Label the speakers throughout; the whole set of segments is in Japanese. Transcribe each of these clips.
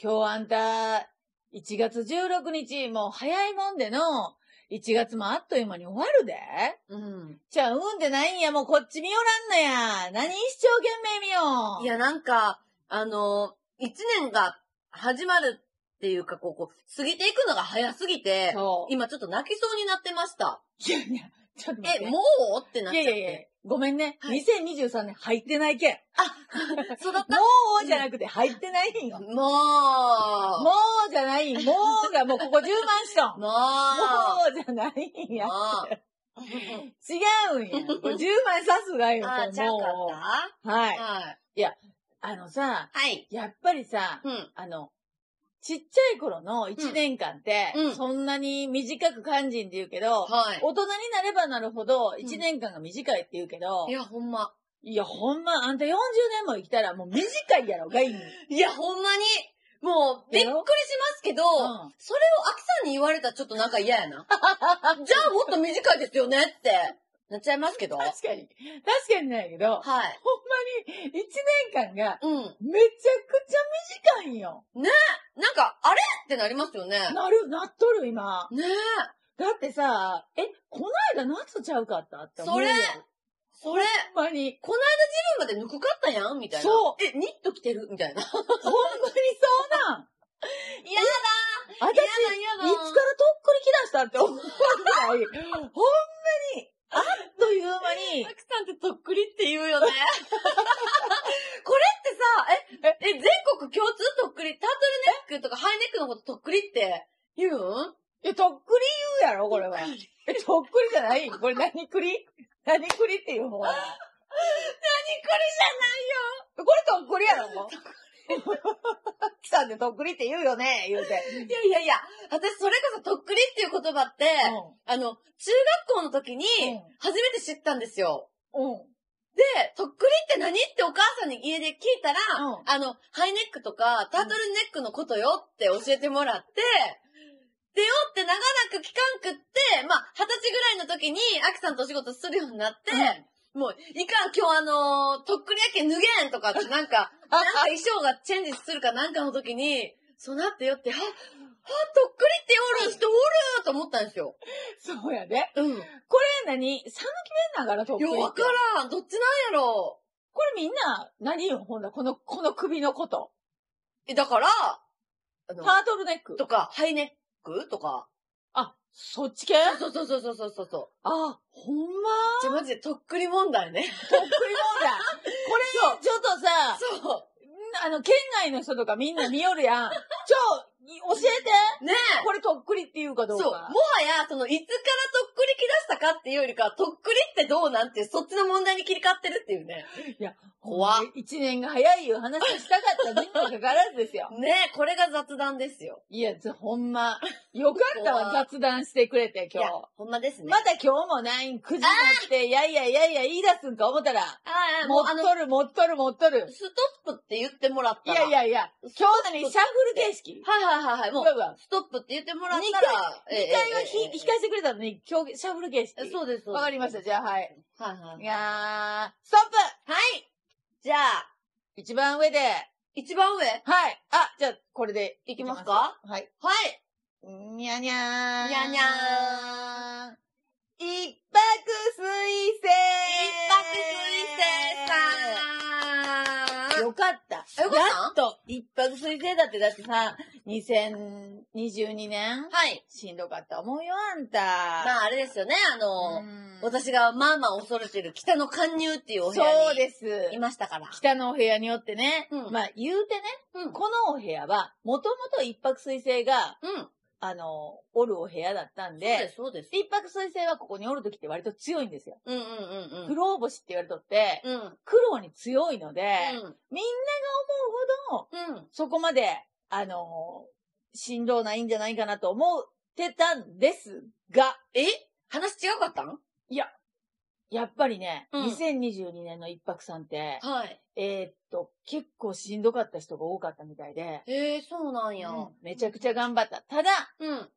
Speaker 1: 今日あんた、1月16日、もう早いもんでの、1月もあっという間に終わるで。
Speaker 2: うん。
Speaker 1: じゃあ、うんでないんや、もうこっち見よらんのや。何一生懸命見よう。
Speaker 2: いや、なんか、あの、一年が始まるっていうか、こう、こう、過ぎていくのが早すぎて、
Speaker 1: そう。
Speaker 2: 今ちょっと泣きそうになってました。
Speaker 1: いやいや、ちょっと待っ
Speaker 2: え、
Speaker 1: て。
Speaker 2: もうってなっ
Speaker 1: い
Speaker 2: ち
Speaker 1: や
Speaker 2: ゃっ
Speaker 1: い
Speaker 2: て。
Speaker 1: やいや、ごめんね。
Speaker 2: はい
Speaker 1: 2023年入ってないけん。
Speaker 2: そうだっ
Speaker 1: も
Speaker 2: た。
Speaker 1: うじゃなくて入ってないんよ。も
Speaker 2: も
Speaker 1: うじゃないん。もうがもうここ10万しと
Speaker 2: う。
Speaker 1: ん。も
Speaker 2: も
Speaker 1: うじゃないん
Speaker 2: う。
Speaker 1: や。
Speaker 2: もう。
Speaker 1: 違うん や。これ10万さすがよ。
Speaker 2: あ
Speaker 1: こ
Speaker 2: ー、ち
Speaker 1: れ
Speaker 2: ゃうか
Speaker 1: もう
Speaker 2: っ
Speaker 1: は
Speaker 2: た
Speaker 1: い。
Speaker 2: はい。
Speaker 1: あのさ、
Speaker 2: はい。
Speaker 1: やっぱりさ、
Speaker 2: うん。
Speaker 1: あの、ちっちゃい頃の1年間って
Speaker 2: うんうん、
Speaker 1: そんなに短く感じんって言うけど、
Speaker 2: はい。
Speaker 1: 大人になればなるほど
Speaker 2: ん
Speaker 1: 1年間が短いって言うけど
Speaker 2: い、や、ほんま。
Speaker 1: いや、ほんま、あんた40年も生きたらもう短いやろ、がいい。うん。
Speaker 2: いや、ほんまに。もう、びっくりしますけど、それを秋さんに言われたらちょっとなんか嫌やな。じゃあもっと短いですよねって、なっちゃいますけど。はい。
Speaker 1: 確かに。確かにないけど、ほんまに1年間が
Speaker 2: うん。
Speaker 1: めちゃくちゃ短いんよ。
Speaker 2: なんか、あれってなりますよね。
Speaker 1: なる、なっとる今。
Speaker 2: ねえ。
Speaker 1: だってさ、え、この間夏ちゃうかったって思う
Speaker 2: それ
Speaker 1: よ
Speaker 2: それ、
Speaker 1: ほんまに。
Speaker 2: 自分までぬくかったやんみたいな。。
Speaker 1: そう
Speaker 2: え、ニット着てるみたいな。嫌
Speaker 1: ほんまにそうなん。私、い
Speaker 2: だ
Speaker 1: つからとっくに来だしたって思うぐらい、ほんまに、あっという間に、
Speaker 2: たくさんってとっくりって言うよね。 これってさ、え、え、全国共通とっくり、タートルネックとかハイネックのこととっくりって言うん
Speaker 1: え、とっくり言うやろ、これは。え、とっくりじゃないこれ何栗何栗っていう方何栗じゃないよこれとっくりやろ、もう。きさんでとっくりって言うよね、言うて。
Speaker 2: いやいやいや、私それこそとっくりっていう言葉って、あの、中学校の時に
Speaker 1: うん
Speaker 2: 初めて知ったんですよ。
Speaker 1: うん。うん。
Speaker 2: で、とっくりって何ってお母さんに家で聞いたら、
Speaker 1: うん
Speaker 2: あの、ハイネックとかタートルネックのことよって教えてもらって、でよって長らく聞かんくって、まあ、二十歳ぐらいの時に、アキさんとお仕事するようになって、もう、いかん、今日あのーとっくりやけん脱げ んとかって、なんか、なんか衣装がチェンジするかなんかの時に、そうなってよって、は、は、とっくりっておる人おると思ったんですよ。
Speaker 1: そうやで。
Speaker 2: うん。
Speaker 1: これ何さぬきれんなんかな、とっくりっ
Speaker 2: よ
Speaker 1: て。
Speaker 2: うわからん。どっちなんやろ
Speaker 1: これみんな、何よ、ほんだこの、この首のこと。
Speaker 2: う。え、だから、あ
Speaker 1: タ
Speaker 2: の
Speaker 1: ー、トルネック。
Speaker 2: とか、ハイネックとか。
Speaker 1: あ、そっち系
Speaker 2: そうそうそうそうそうそうそう。
Speaker 1: あ、ほんま
Speaker 2: じゃ、マジでとっくり問題ね。
Speaker 1: とっくりそうだ。これ、ちょっとさ、
Speaker 2: そ
Speaker 1: あの、県外の人とかみんな見よる やん。ちょ、い教えて
Speaker 2: う。ねえ。
Speaker 1: これとっくりっていうかど
Speaker 2: そうう。もは
Speaker 1: か。
Speaker 2: や、その、いつからとっくり来だしたかっていうよりかは、とっくりってどうなんていう、そっちの問題に切り替わってるっていうね。怖っ
Speaker 1: ほんまに一年が早いいう話をしたかったにもかかわらずですよ。
Speaker 2: ねえ、これが雑談ですよ。
Speaker 1: いや、ずほんま。よかったわ、
Speaker 2: 怖っ
Speaker 1: 雑談してくれて、今
Speaker 2: いや
Speaker 1: 日。
Speaker 2: ほんまですね。
Speaker 1: また今日もないん、9時になって、いやいやいやいや言い出すんか思ったら、
Speaker 2: ああ、も
Speaker 1: 持
Speaker 2: うあ
Speaker 1: っ
Speaker 2: の、
Speaker 1: とる、持っとる、持っとる。
Speaker 2: ストップって言ってもらっ
Speaker 1: い
Speaker 2: たら。
Speaker 1: やい。やいや、今日何、シャッフル形式
Speaker 2: はいはいはいはい。も
Speaker 1: う
Speaker 2: う、
Speaker 1: わ
Speaker 2: ストップって言ってもらったら、
Speaker 1: 2回はひ、
Speaker 2: ええ
Speaker 1: 引かせてくれたのに、今日、シャッフル形式。
Speaker 2: そうです、そうです。
Speaker 1: わかりました、じゃあ、はい。
Speaker 2: あ。はいはい。
Speaker 1: いやー、ストップ
Speaker 2: はいじゃあ、
Speaker 1: 一番上で、
Speaker 2: 一番上
Speaker 1: はい。あ、じゃあ、これで
Speaker 2: いきますか
Speaker 1: はい。
Speaker 2: はい
Speaker 1: にゃにゃーん。
Speaker 2: にゃにゃ
Speaker 1: ーん。一泊水星
Speaker 2: 一泊水星さん
Speaker 1: よかった。
Speaker 2: よかった
Speaker 1: やっと、一泊水星だって、だってさ、2022年
Speaker 2: はい。
Speaker 1: しんどかった思うよ、あんた。
Speaker 2: まあ、あれですよね、あの、
Speaker 1: うん
Speaker 2: 私がまあまあ恐れてる北の貫入っていうお部屋に。
Speaker 1: そうです。
Speaker 2: いましたから。
Speaker 1: 北のお部屋によってね、
Speaker 2: うん
Speaker 1: まあ言うてね、
Speaker 2: うん
Speaker 1: このお部屋は、もともと一泊水星が、
Speaker 2: うん。そう
Speaker 1: あの、おるお部屋だったん
Speaker 2: で
Speaker 1: で、
Speaker 2: す、そうです。
Speaker 1: 一泊水星はここにおるときって割と強いんですよ。
Speaker 2: うんうんうんう
Speaker 1: 苦
Speaker 2: ん。
Speaker 1: 労星って言われとって、
Speaker 2: うん。
Speaker 1: 苦労に強いので、みんなが思うほど、
Speaker 2: うん。うん。
Speaker 1: そこまで、あの、振動ないんじゃないかなと思ってたんですが、
Speaker 2: え話違かったん
Speaker 1: やっぱりね、
Speaker 2: うん
Speaker 1: 2022年の一泊さんって、
Speaker 2: はい。
Speaker 1: えーっと、結構しんどかった人が多かったみたいで、
Speaker 2: ええそうなんや。
Speaker 1: うんめちゃくちゃ頑張った。ただ、
Speaker 2: うん。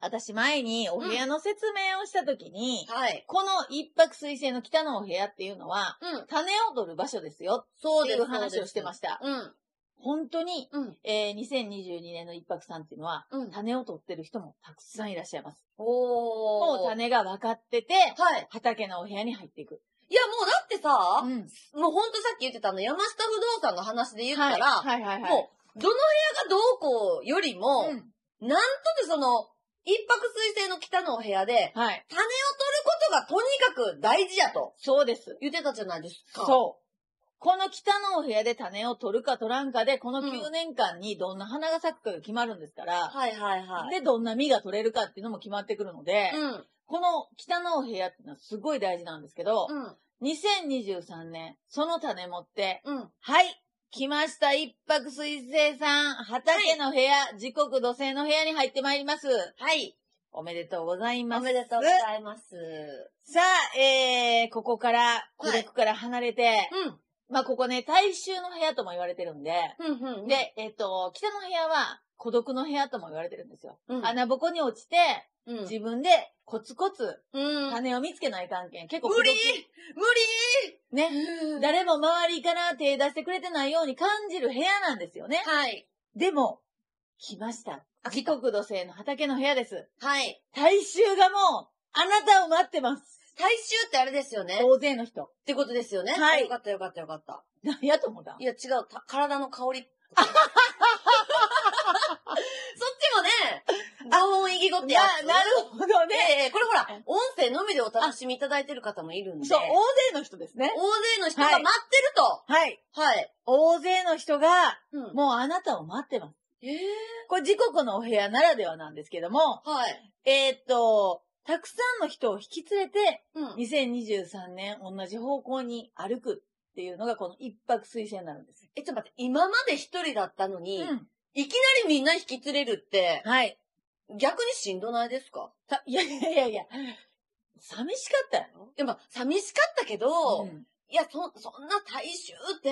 Speaker 1: 私前にお部屋の説明をしたときに、
Speaker 2: はい。
Speaker 1: この一泊水星の北のお部屋っていうのは、
Speaker 2: うん。
Speaker 1: 種を取る場所ですよ
Speaker 2: そ
Speaker 1: っ
Speaker 2: う
Speaker 1: て
Speaker 2: で
Speaker 1: い
Speaker 2: す。
Speaker 1: う話をしてま
Speaker 2: し
Speaker 1: した。
Speaker 2: た。うん。
Speaker 1: 本当に、
Speaker 2: うん。
Speaker 1: えー2022年の一泊さんっていうのは、
Speaker 2: うん。
Speaker 1: 種を取ってる人もたくさんいらっしゃいます。
Speaker 2: おー。
Speaker 1: もう種が分かってて、
Speaker 2: はい。
Speaker 1: 畑のお部屋に入っていく。
Speaker 2: いや、もうだってさ、
Speaker 1: うん。
Speaker 2: もうほんとさっき言ってたあの、山下不動産の話で言ったら、
Speaker 1: はい、はいはいはい。
Speaker 2: もう、どの部屋がどうこうよりも、
Speaker 1: うん
Speaker 2: なんとでその、一泊水星の北のお部屋で、
Speaker 1: はい。
Speaker 2: 種を取ることがとにかく大事やと
Speaker 1: そうです。
Speaker 2: 言ってたじゃないですか。う。
Speaker 1: そう。この北のお部屋で種を取るか取らんかで、この
Speaker 2: うん
Speaker 1: 9年間にどんな花が咲くかが決まるんですから、
Speaker 2: はいはいはい。
Speaker 1: で、どんな実が取れるかっていうのも決まってくるので、
Speaker 2: うん。
Speaker 1: この北のお部屋っていうのはすごい大事なんですけど、
Speaker 2: うん。
Speaker 1: 2023年、その種持って、
Speaker 2: うん。
Speaker 1: はい来ました一泊水星さん畑の部屋、時刻土星の部屋に入ってまいります。
Speaker 2: はい。
Speaker 1: おめでとうございま
Speaker 2: お
Speaker 1: す。
Speaker 2: めでとうございます。
Speaker 1: さあ、えー、ここから、孤独から離れて、
Speaker 2: うん。
Speaker 1: まあ、ここね、大衆の部屋とも言われてるんで、
Speaker 2: うんうん。、
Speaker 1: で、えっ、と、北の部屋は孤独の部屋とも言われてるんですよ。
Speaker 2: うん。
Speaker 1: 穴ぼこに落ちて、
Speaker 2: うん。
Speaker 1: 自分でコツコツ
Speaker 2: うん。
Speaker 1: 種を見つけない関係、結構孤独
Speaker 2: 無理無
Speaker 1: ね、
Speaker 2: 理
Speaker 1: 誰も周りから手出してくれてないように感じる部屋なんですよね。
Speaker 2: はい。
Speaker 1: でも、来ました。
Speaker 2: あ
Speaker 1: 時刻土星の畑の部屋です。
Speaker 2: はい。
Speaker 1: 大衆がもう、あなたを待ってます。
Speaker 2: 大衆ってあれですよね。っ
Speaker 1: 大勢の人。
Speaker 2: てことですよね。
Speaker 1: はい
Speaker 2: よかったよかったよかった。
Speaker 1: 何やと思った
Speaker 2: いや、違う。た体の香り。そっちもね、青音意義語ってやつ。
Speaker 1: ななるほどね。
Speaker 2: ええこれほら、音声のみでお楽しみいただいてる方もいるんで。
Speaker 1: そう、大
Speaker 2: 大
Speaker 1: 勢の人ですね。
Speaker 2: 勢の人が待ってると。
Speaker 1: はい。
Speaker 2: はい。
Speaker 1: 大勢の人が、
Speaker 2: うん。
Speaker 1: もうあなたを待ってます。
Speaker 2: ええ
Speaker 1: これ時刻のお部屋ならではなんですけども、
Speaker 2: はい。
Speaker 1: えーっと、たくさんの人を引き連れて、
Speaker 2: うん。
Speaker 1: 2023年同じ方向に歩くっていうのがこの一泊推薦になるんです。
Speaker 2: え、ちょっと待って、今まで一人だったのに、
Speaker 1: うん。
Speaker 2: いきなりみんな引き連れるって、
Speaker 1: はい。
Speaker 2: 逆にしんどないですか
Speaker 1: たいやいやいやいや、寂しかったやろ
Speaker 2: でも、寂しかったけど、
Speaker 1: うん
Speaker 2: いや、そ、そんな大衆って、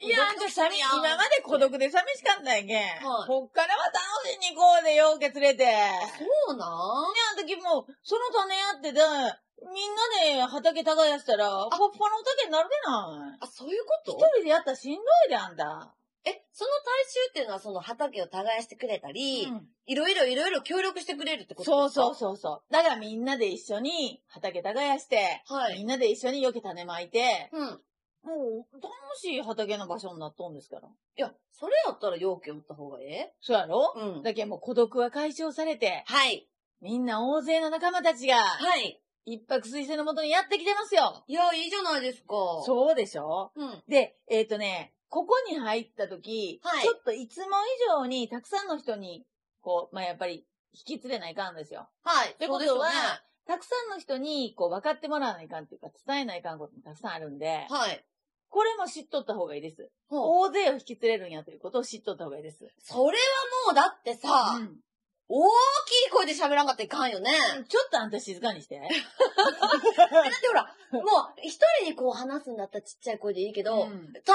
Speaker 1: いや、なんか寂しい。今まで孤独で寂しかったんやけん。
Speaker 2: はい
Speaker 1: こっからは楽しいに行こうで、ようけ連れて。
Speaker 2: そうなん
Speaker 1: あの時もう、その種やってで、みんなで畑耕したら、ポッパのお竹になるでない。
Speaker 2: あ、そういうこと
Speaker 1: 一人でやったらしんどいで、あんた。
Speaker 2: え、その大衆っていうのはその畑を耕してくれたり、
Speaker 1: うん
Speaker 2: いろいろいろいろ協力してくれるってこと
Speaker 1: そう
Speaker 2: ですか
Speaker 1: そうそうそう。だからみんなで一緒に畑耕して、
Speaker 2: う。は
Speaker 1: み
Speaker 2: い。
Speaker 1: んなで一緒によけ種まいて、
Speaker 2: うん。
Speaker 1: もう楽しい畑の場所になっとんですから。
Speaker 2: いや、それやったら容器を打った方がええ
Speaker 1: そうやろ、
Speaker 2: うん。
Speaker 1: だけどもう孤独は解消されて、
Speaker 2: はい。
Speaker 1: みんな大勢の仲間たちが、
Speaker 2: はい。
Speaker 1: 一泊水星のもとにやってきてますよ。
Speaker 2: いや、いいじゃないですか。
Speaker 1: そうでしょ
Speaker 2: う。うん。
Speaker 1: で、えっ、とね、ここに入った時、
Speaker 2: はい
Speaker 1: ちょっといつも以上にたくさんの人に、こう、まあ、やっぱり引き連れないかんですよ。
Speaker 2: はい。
Speaker 1: て
Speaker 2: そ
Speaker 1: こ
Speaker 2: うで
Speaker 1: と
Speaker 2: すよ
Speaker 1: は
Speaker 2: ね。
Speaker 1: たくさんの人に、こう、分かってもらわないかんっていうか、伝えないかんこともたくさんあるんで、
Speaker 2: はい。
Speaker 1: これも知っとった方がいいです。
Speaker 2: ほ
Speaker 1: 大
Speaker 2: う
Speaker 1: 勢を引き連れるんやということを知っとった方がいいです。
Speaker 2: それはもうだってさ、
Speaker 1: うん
Speaker 2: 大きい声で喋らんかったらいかんよね。
Speaker 1: ちょっとあんた静かにして。
Speaker 2: だってほら、もう一人にこう話すんだったらちっちゃい声でいいけど、
Speaker 1: うん
Speaker 2: 大衆って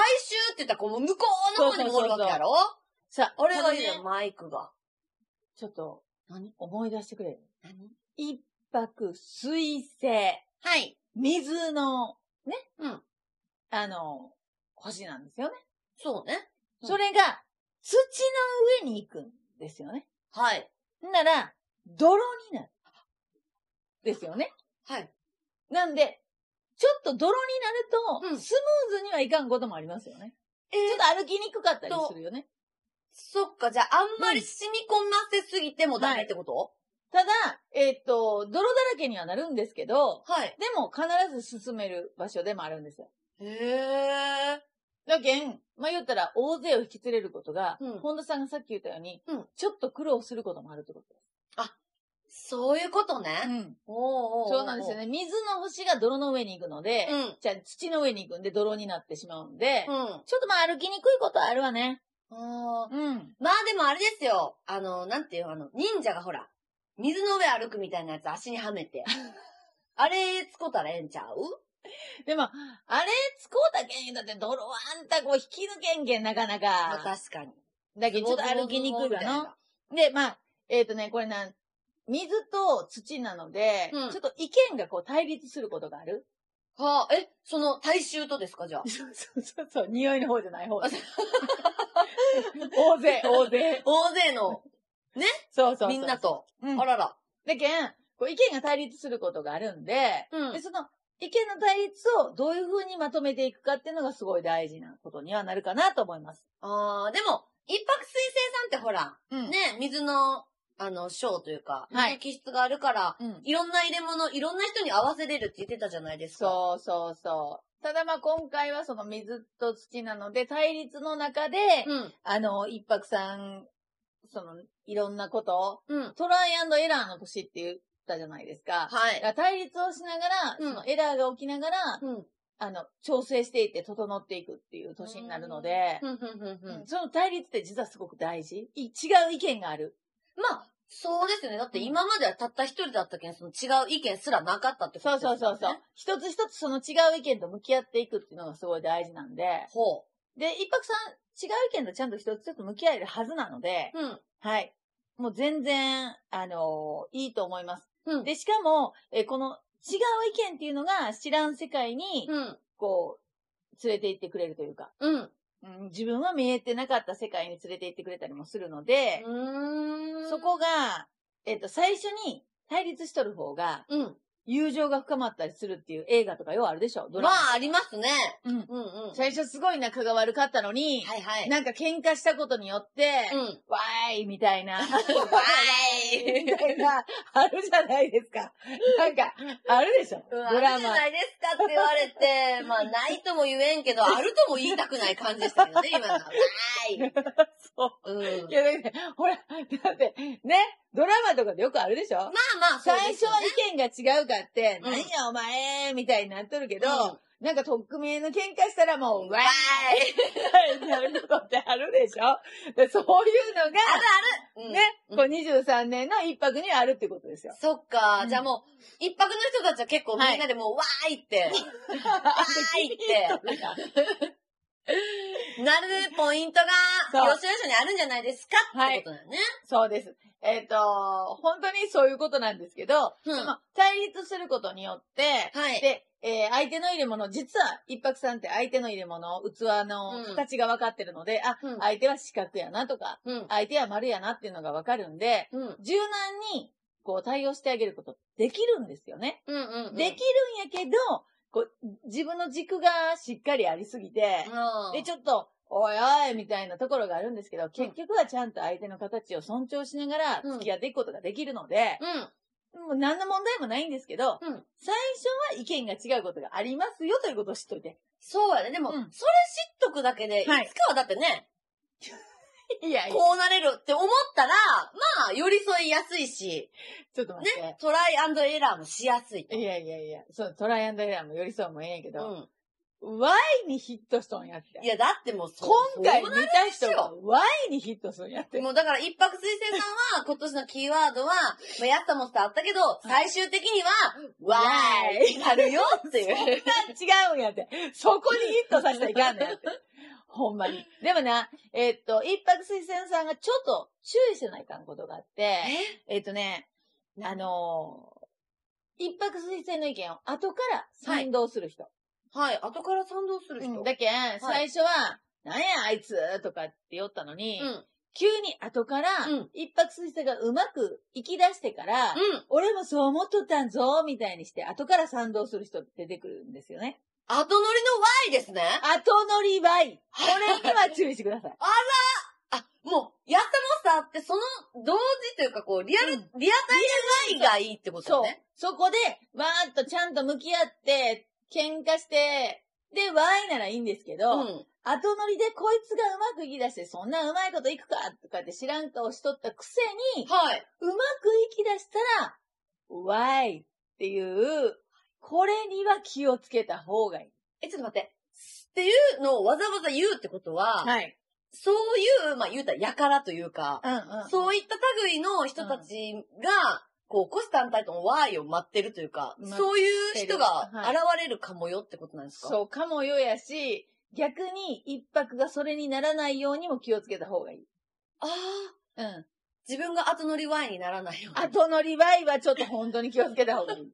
Speaker 2: 言ったらこう向こうの方にもおるわけやろ
Speaker 1: さあ、
Speaker 2: あ
Speaker 1: 俺
Speaker 2: れが
Speaker 1: はい
Speaker 2: いよ、
Speaker 1: ね、
Speaker 2: マイクが。
Speaker 1: ちょっと
Speaker 2: 何
Speaker 1: 思い出してくれる。
Speaker 2: 何
Speaker 1: 一泊水星。
Speaker 2: はい。
Speaker 1: 水の、ね。
Speaker 2: うん
Speaker 1: あの、星なんですよね。
Speaker 2: そうね。うん
Speaker 1: それが、土の上に行くんですよね。
Speaker 2: はい。
Speaker 1: なら、泥になる。ですよね。
Speaker 2: はい。
Speaker 1: なんで、ちょっと泥になる
Speaker 2: う
Speaker 1: と、
Speaker 2: ん
Speaker 1: スムーズにはいかんこともありますよね。
Speaker 2: え
Speaker 1: ちょっと歩きにくかったりするよね。
Speaker 2: そっか、じゃああんまり染み込ませすぎてもダメってこと、
Speaker 1: ただ、えっ、と、泥だらけにはなるんですけど、
Speaker 2: はい。
Speaker 1: でも必ず進める場所でもあるんですよ。
Speaker 2: へえ。
Speaker 1: だけん、まあ、言ったら大勢を引き連れることが、
Speaker 2: うん
Speaker 1: 本田さんがさっき言ったように、
Speaker 2: うん
Speaker 1: ちょっと苦労することもあるってことです。
Speaker 2: そういうことね。
Speaker 1: ん。
Speaker 2: おーおーおー
Speaker 1: そうなんですよ。ね。水の星が泥の上に行くので、
Speaker 2: うん。
Speaker 1: じゃあ土の上に行くんで泥になってしまうんで、
Speaker 2: うん。
Speaker 1: ちょっとまあ歩きにくいことはあるわね。
Speaker 2: あー
Speaker 1: うん。
Speaker 2: まあでもあれですよ。あの、なんていうのあの、忍者がほら、水の上歩くみたいなやつ足にはめて。 あれ、つこたらええんちゃう
Speaker 1: でも、あれ、使うたけん、だって泥はあんたこう引き抜けんけん、なかな
Speaker 2: まあ
Speaker 1: か。
Speaker 2: 確かに。
Speaker 1: だけどちょっと歩きにくいわな。で、まあ、えっ、とね、これなん、水と土なので、
Speaker 2: うん
Speaker 1: ちょっと意見がこう対立することがある。
Speaker 2: はあ、え、その体臭とですか、じゃあ。
Speaker 1: そうそうそうそう、匂いの方じゃない方。大勢、 大勢。
Speaker 2: 大勢
Speaker 1: そ
Speaker 2: の、
Speaker 1: うそうそう
Speaker 2: みんな。と。
Speaker 1: うん
Speaker 2: あらら。
Speaker 1: だけん、こう意見が対立することがあるんで、
Speaker 2: うん
Speaker 1: でその意見の対立をどういう風にまとめていくかっていうのがすごい大事なことにはなるかなと思います。
Speaker 2: あー、でも、一泊水星さんってほら、
Speaker 1: うん
Speaker 2: ね、水の、あの、小というか、
Speaker 1: はい
Speaker 2: 水の気質があるから、
Speaker 1: うん。
Speaker 2: いろんな入れ物、いろんな人に合わせれるって言ってたじゃないですか。
Speaker 1: そうそうそう。ただまあ今回はその水と土なので、対立の中で、
Speaker 2: うん。
Speaker 1: あの、一泊さん、その、いろんなことを、
Speaker 2: うん。
Speaker 1: トライアンドエラーの年って言ったじゃないですか。
Speaker 2: は
Speaker 1: だ
Speaker 2: い
Speaker 1: か。ら対立をしながら、
Speaker 2: うん
Speaker 1: そのエラーが起きながら、
Speaker 2: うん。
Speaker 1: あの、調整していって整っていくっていう年になるので、
Speaker 2: ふんふんふんふん。
Speaker 1: その対立って実はすごく大事。い違う意見がある。
Speaker 2: まあ、そうですよね。だって今まではたった一人だったけん、その違う意見すらなかったってこと
Speaker 1: そう
Speaker 2: です
Speaker 1: そ
Speaker 2: よ
Speaker 1: う
Speaker 2: ね。
Speaker 1: そうそう。一つ一つその違う意見と向き合っていくっていうのがすごい大事なんで、
Speaker 2: ほ
Speaker 1: で、一泊さん、違う意見とちゃんと一つずつ向き合えるはずなので、
Speaker 2: う。うん。
Speaker 1: はい。もう全然、あのいいと思います。
Speaker 2: うん。
Speaker 1: で、しかも、えーこの違う意見っていうのが知らん世界に、
Speaker 2: うん。
Speaker 1: こう、連れて行ってくれるというか、
Speaker 2: うん。う
Speaker 1: うん自分は見えてなかった世界に連れて行ってくれたりもするので、
Speaker 2: ーん。
Speaker 1: そ、こが、えっ、と、最初に対立しとる方が、
Speaker 2: うん。
Speaker 1: 友情が深まったりするっていう映画とかようあるでしょドラ
Speaker 2: ま
Speaker 1: マ。
Speaker 2: あ、ありますね。
Speaker 1: うん。
Speaker 2: うんうん。
Speaker 1: 最初すごい仲が悪かったのに、
Speaker 2: はいはい。
Speaker 1: なんか喧嘩したことによって、
Speaker 2: うん。
Speaker 1: わーいみたいな。
Speaker 2: わ
Speaker 1: みたいな、あるじゃないですか。なんか、あるでしょ
Speaker 2: ーい。
Speaker 1: ド
Speaker 2: あ
Speaker 1: ラ
Speaker 2: るじゃ
Speaker 1: マ。
Speaker 2: ないですかって言われ て、まあ、ないとも言えんけど、あるとも言いたくない感じでしたけどね、今のは。わーい。
Speaker 1: そう。
Speaker 2: うん。
Speaker 1: いや、だって、ほら、だって、ね、ドラマとかでよくあるでしょ、
Speaker 2: まあまあ、そう
Speaker 1: 最
Speaker 2: です
Speaker 1: 初
Speaker 2: よ
Speaker 1: は
Speaker 2: ね
Speaker 1: 意見が違うかって、
Speaker 2: うん
Speaker 1: 何やお前みたいになっとるけど、
Speaker 2: うん
Speaker 1: なんかとっくめの喧嘩したらもう、わ
Speaker 2: わーい。
Speaker 1: ーいってなることってあるでしょでそういうのが、
Speaker 2: あるある。うん
Speaker 1: ね、こう23年の一泊にあるってことですよ。
Speaker 2: そっか、
Speaker 1: うん
Speaker 2: じゃあもう、一泊の人たちは結構みんなでもう、わーいって、 ーい なるポイント
Speaker 1: そ
Speaker 2: が、
Speaker 1: う
Speaker 2: よしよしにあるんじゃないですかってことだよね。
Speaker 1: そうです。えっ、と、本当にそういうことなんですけど、
Speaker 2: うん
Speaker 1: その対立することによって、
Speaker 2: はい。
Speaker 1: で、えー相手の入れ物、実は一泊さんって相手の入れ物、器
Speaker 2: うん
Speaker 1: の形が分かってるので、あ、
Speaker 2: うん
Speaker 1: 相手は四角やなとか、
Speaker 2: うん。
Speaker 1: 相手は丸やなっていうのが分かるんで、
Speaker 2: うん。
Speaker 1: 柔軟にこう対応してあげることできるんですよね。
Speaker 2: うんうんうん。
Speaker 1: できるんやけど、こう自分の軸がしっかりありすぎて、
Speaker 2: うん。
Speaker 1: で、ちょっと、おいおいみたいなところがあるんですけど、結局はちゃんと相手の形を尊重しながら
Speaker 2: うん
Speaker 1: 付き合っていくことができるので、
Speaker 2: うん。
Speaker 1: もう何の問題もないんですけど、
Speaker 2: うん
Speaker 1: 最初は意見が違うことがありますよということを知っといて。
Speaker 2: そうやね。でも、
Speaker 1: うん
Speaker 2: それ知っとくだけで、いつか
Speaker 1: はい
Speaker 2: はだってね、
Speaker 1: いやいや、
Speaker 2: こうなれるって思ったら、まあ、寄り添いやすいし、
Speaker 1: ちょっと待って。
Speaker 2: トライアンドエラーもしやすいと。
Speaker 1: いやいやいや、そう、トライアンドエラーも寄り添うもええんやけ
Speaker 2: う
Speaker 1: ど、
Speaker 2: ん。
Speaker 1: ワイにヒットしとんやって。
Speaker 2: いや、だってもうそう、
Speaker 1: 今回
Speaker 2: そ
Speaker 1: 見
Speaker 2: うなる
Speaker 1: た人がワイにヒットするんやって。
Speaker 2: もうだから一泊水星さん は、今年のキーワードは、まあ、やったもんってあったけど、最終的には、わーいってなるよってい
Speaker 1: そん
Speaker 2: う。
Speaker 1: な違うんやって。そこにヒットさせたらいかんのやって。ほんまに。でもな、えっと、一泊水仙さんがちょっと注意せないかんことがあって、えっとね、あのー一泊水仙の意見を後から賛同する人。
Speaker 2: はい、後から賛同する人。
Speaker 1: うんだけん、最初は、なんやあいつとかって言ったのに、
Speaker 2: うん
Speaker 1: 急に後から
Speaker 2: うん、
Speaker 1: 一泊水星がうまく生き出してから、
Speaker 2: うん。
Speaker 1: 俺もそう思っとったんぞ、みたいにして、後から賛同する人出てくるんですよね。
Speaker 2: 後乗りのわーいですね。
Speaker 1: 後乗りバイ。これには注意してく ださい。
Speaker 2: あ、もう、やったもんさって、その、同時というか、こう、リアル、リアタイムワーいがいいってことだ
Speaker 1: そう
Speaker 2: ね。。
Speaker 1: そこで、わーっとちゃんと向き合って、喧嘩して、で、わーいならいいんですけど、
Speaker 2: ん。
Speaker 1: 後乗りでこいつがうまくいき出して、そんなうまいこといくかとかって知らん顔しとったくせに、
Speaker 2: はい。
Speaker 1: うまくいき出したら、わーいっていう、これには気をつけた方がいい。
Speaker 2: え、ちょっと待って。っていうのをわざわざ言うってことは、
Speaker 1: い。
Speaker 2: そういう、まあ言うたら、やからというか、
Speaker 1: うんうん。
Speaker 2: そういった類の人たちが、こう、虎視眈々とのワイを待ってるというか、
Speaker 1: 待ってる
Speaker 2: そういう人が
Speaker 1: はい
Speaker 2: 現れるかもよってことなんですか、
Speaker 1: そうかもよやし、逆に一泊がそれにならないようにも気をつけた方がいい。
Speaker 2: ああ、
Speaker 1: うん。
Speaker 2: 自分が後乗りワイにならないように。
Speaker 1: 後乗りワイはちょっと本当に気をつけた方がいい。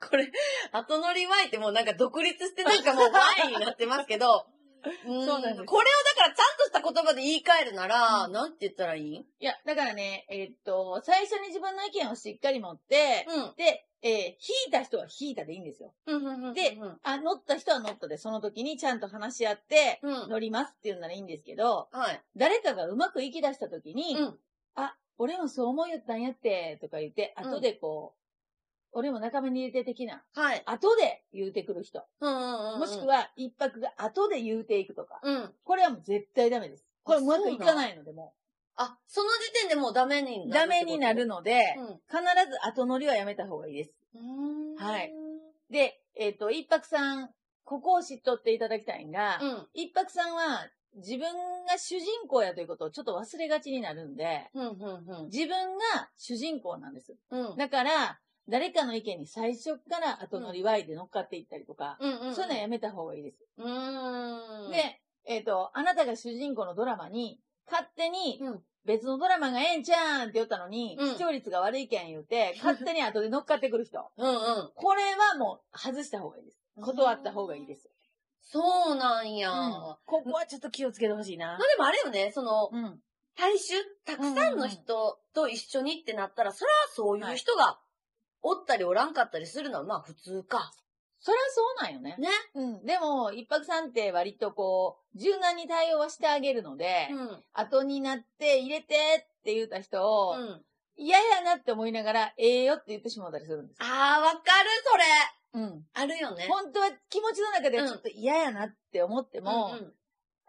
Speaker 2: これ、後乗り Y ってもうなんか独立してなんかもう Y になってますけど、うん
Speaker 1: そうなんです
Speaker 2: これをだからちゃんとした言葉で言い換えるなら、なんて言ったらいいん
Speaker 1: いや、だからね、えっと、最初に自分の意見をしっかり持って、
Speaker 2: う
Speaker 1: で、えー引いた人は引いたでいいんですよ。
Speaker 2: ん
Speaker 1: で
Speaker 2: で、
Speaker 1: あ、乗った人は乗ったで、その時にちゃんと話し合って、
Speaker 2: うん。
Speaker 1: 乗りますっていうならいいんですけど、
Speaker 2: はい。
Speaker 1: 誰かがうまく行き出した時に、
Speaker 2: うん
Speaker 1: あ、俺もそう思いよったんやって、とか言って、
Speaker 2: うん
Speaker 1: 後でこう、俺も仲間に入れて的な、
Speaker 2: はい。
Speaker 1: 後で言うてくる人、
Speaker 2: うんうんうん。
Speaker 1: もしく、は一泊が後で言うていくとか、
Speaker 2: うん。
Speaker 1: これはもう絶対ダメです。これうまくいかないので、も
Speaker 2: あ、その時点でもうダメに
Speaker 1: う。
Speaker 2: なる
Speaker 1: ダ
Speaker 2: ってこと。
Speaker 1: メになるので、
Speaker 2: うん。
Speaker 1: 必ず後乗りはやめた方がいいです。はい。で、えっ、と、一泊さん、ここを知っとっていただきたいんが、
Speaker 2: うん。
Speaker 1: 一泊さんは自分が主人公やということをちょっと忘れがちになるんで、
Speaker 2: うん、うん、
Speaker 1: 自分が主人公なんです。
Speaker 2: うん。うん。
Speaker 1: だから、誰かの意見に最初から後乗り Y で乗っかっていったりとか、
Speaker 2: うん、うん。
Speaker 1: そういうのはやめた方がいいです。
Speaker 2: うん。
Speaker 1: で、えっ、と、あなたが主人公のドラマに、勝手に
Speaker 2: うん、
Speaker 1: 別のドラマがええんちゃーんって言ったのに、
Speaker 2: うん
Speaker 1: 視聴率が悪いけん言う て、勝手に後で乗っかってくる人。
Speaker 2: うん、うん。
Speaker 1: これはもう外した方がいいです。断った方がいいです。
Speaker 2: そうなんや。
Speaker 1: うん
Speaker 2: まあ
Speaker 1: ここはちょっと気をつけてほしいな。
Speaker 2: でもあれよね、その、
Speaker 1: うん。
Speaker 2: 大衆、たくさんの人と一緒にってなったら、それはそういう人がおったりおらんかったりするのはまあ普通か。
Speaker 1: そりゃそうなんよね。
Speaker 2: ね。
Speaker 1: うん。でも、一泊さんって割とこう、柔軟に対応はしてあげるので、
Speaker 2: うん。
Speaker 1: 後になって入れてって言った人を、
Speaker 2: うん。
Speaker 1: 嫌やなって思いながら、ええよって言ってしまったりするんですよ。
Speaker 2: あー、わかる、それ。
Speaker 1: うん。
Speaker 2: あるよね。
Speaker 1: 本当は気持ちの中ではちょっと嫌やなって思っても、
Speaker 2: うんうん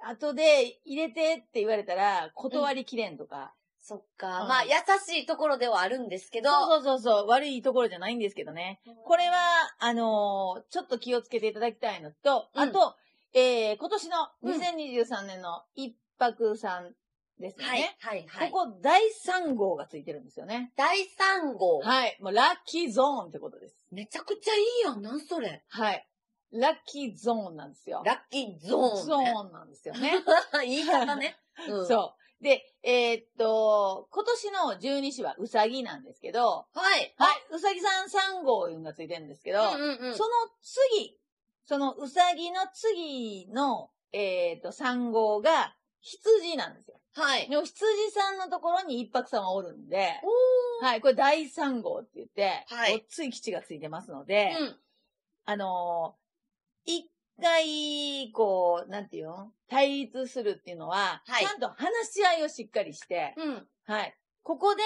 Speaker 1: 後で入れてって言われたら、断りきれんとか。
Speaker 2: そっか。
Speaker 1: うん
Speaker 2: まあ、優しいところではあるんですけど。
Speaker 1: そうそうそうそう、悪いところじゃないんですけどね。これは、あのーちょっと気をつけていただきたいのと、
Speaker 2: うん
Speaker 1: あと、えー、今年
Speaker 2: うん
Speaker 1: の2023年の一泊さんですよ
Speaker 2: はい
Speaker 1: ね。、
Speaker 2: はい、はい。
Speaker 1: ここ、第3号がついてるんですよね。
Speaker 2: 第3号。
Speaker 1: はい。もう、ラッキーゾーンってことです。
Speaker 2: めちゃくちゃいいやん、なんそれ。
Speaker 1: はい。ラッキーゾーンなんですよ。
Speaker 2: ラッキーゾーン。
Speaker 1: ゾーンなんですよね。
Speaker 2: ン。 言い方 ね。うん
Speaker 1: そう。で、えーっと、今年の12子はウサギなんですけど、
Speaker 2: はい。
Speaker 1: はい。ウサギさん3号いうのがついてるんですけど、
Speaker 2: うんうんうん。
Speaker 1: その次、そのうさぎの次の、えっ、と、3号が羊なんですよ。
Speaker 2: はい。
Speaker 1: でも羊さんのところに一泊さんはおるんで、
Speaker 2: お
Speaker 1: はい、これ第3号って言って、
Speaker 2: はい
Speaker 1: ごっつい基地がついてますので、
Speaker 2: うん。
Speaker 1: あのー一回、こう、なんていうの対立するっていうのは、
Speaker 2: はい
Speaker 1: ちゃんと話し合いをしっかりして、
Speaker 2: うん。
Speaker 1: はい。ここで、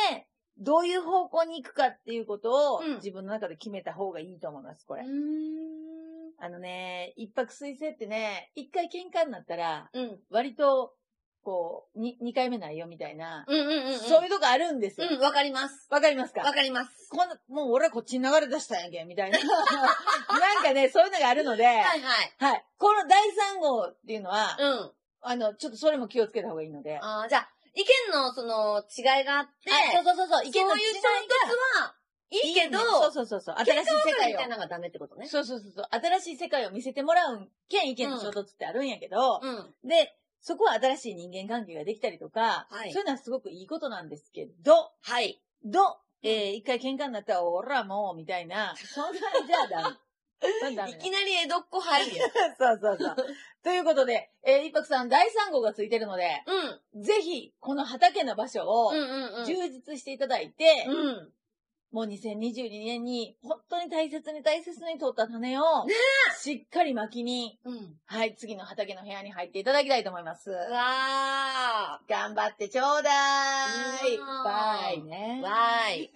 Speaker 1: どういう方向に行くかっていうことを
Speaker 2: うん、
Speaker 1: 自分の中で決めた方がいいと思います、これ。
Speaker 2: うん。
Speaker 1: あのね、一泊水星ってね、一回喧嘩になったら、
Speaker 2: うん。
Speaker 1: 割と、こう、に、二回目ないよみたいな、
Speaker 2: うんうんうん。
Speaker 1: そういうとこあるんですよ。
Speaker 2: うん、わかります。
Speaker 1: わかりますか
Speaker 2: わかります。
Speaker 1: こんな、もう俺はこっちに流れ出したんやけん、みたいな。 なんかね、そういうのがあるので、は
Speaker 2: はい
Speaker 1: い。
Speaker 2: はい。
Speaker 1: この第三号っていうのは、
Speaker 2: うん。
Speaker 1: あの、ちょっとそれも気をつけた方がいいので。
Speaker 2: あーじゃあ、意見のその違いがあって、
Speaker 1: あそうそうそうそう、
Speaker 2: 意
Speaker 1: 意見
Speaker 2: 見の
Speaker 1: の
Speaker 2: 違
Speaker 1: 違
Speaker 2: い
Speaker 1: い
Speaker 2: がはいいけど、
Speaker 1: そうそうそうそう、新しい世界
Speaker 2: み
Speaker 1: を
Speaker 2: たい。なのがダメってことね。
Speaker 1: そうそうそうそう、新しい世界を見せてもらうけん意見の衝突ってあるんやけど、
Speaker 2: うん。
Speaker 1: で、そこは新しい人間関係ができたりとか、
Speaker 2: はい
Speaker 1: そういうのはすごくいいことなんですけど、
Speaker 2: はい。
Speaker 1: ど、えー一回喧嘩になったら、おらもう、みたいな、 そんなんじゃダメ。 そんなんダメ
Speaker 2: いきなり江戸っ子入るよ。
Speaker 1: そうそうそう。ということで、えー一泊さん第3号がついてるので、
Speaker 2: うん。
Speaker 1: ぜひ、この畑の場所を
Speaker 2: うんうんうん。
Speaker 1: 充実していただいて、
Speaker 2: うん。
Speaker 1: もう2022年に、本当に大切に大切に取った種を、しっかり巻きに、
Speaker 2: うん。
Speaker 1: はい、次の畑の部屋に入っていただきたいと思います。
Speaker 2: うわ
Speaker 1: 頑張ってちょうだ
Speaker 2: う
Speaker 1: い
Speaker 2: ん
Speaker 1: バイね
Speaker 2: ー。。わーい。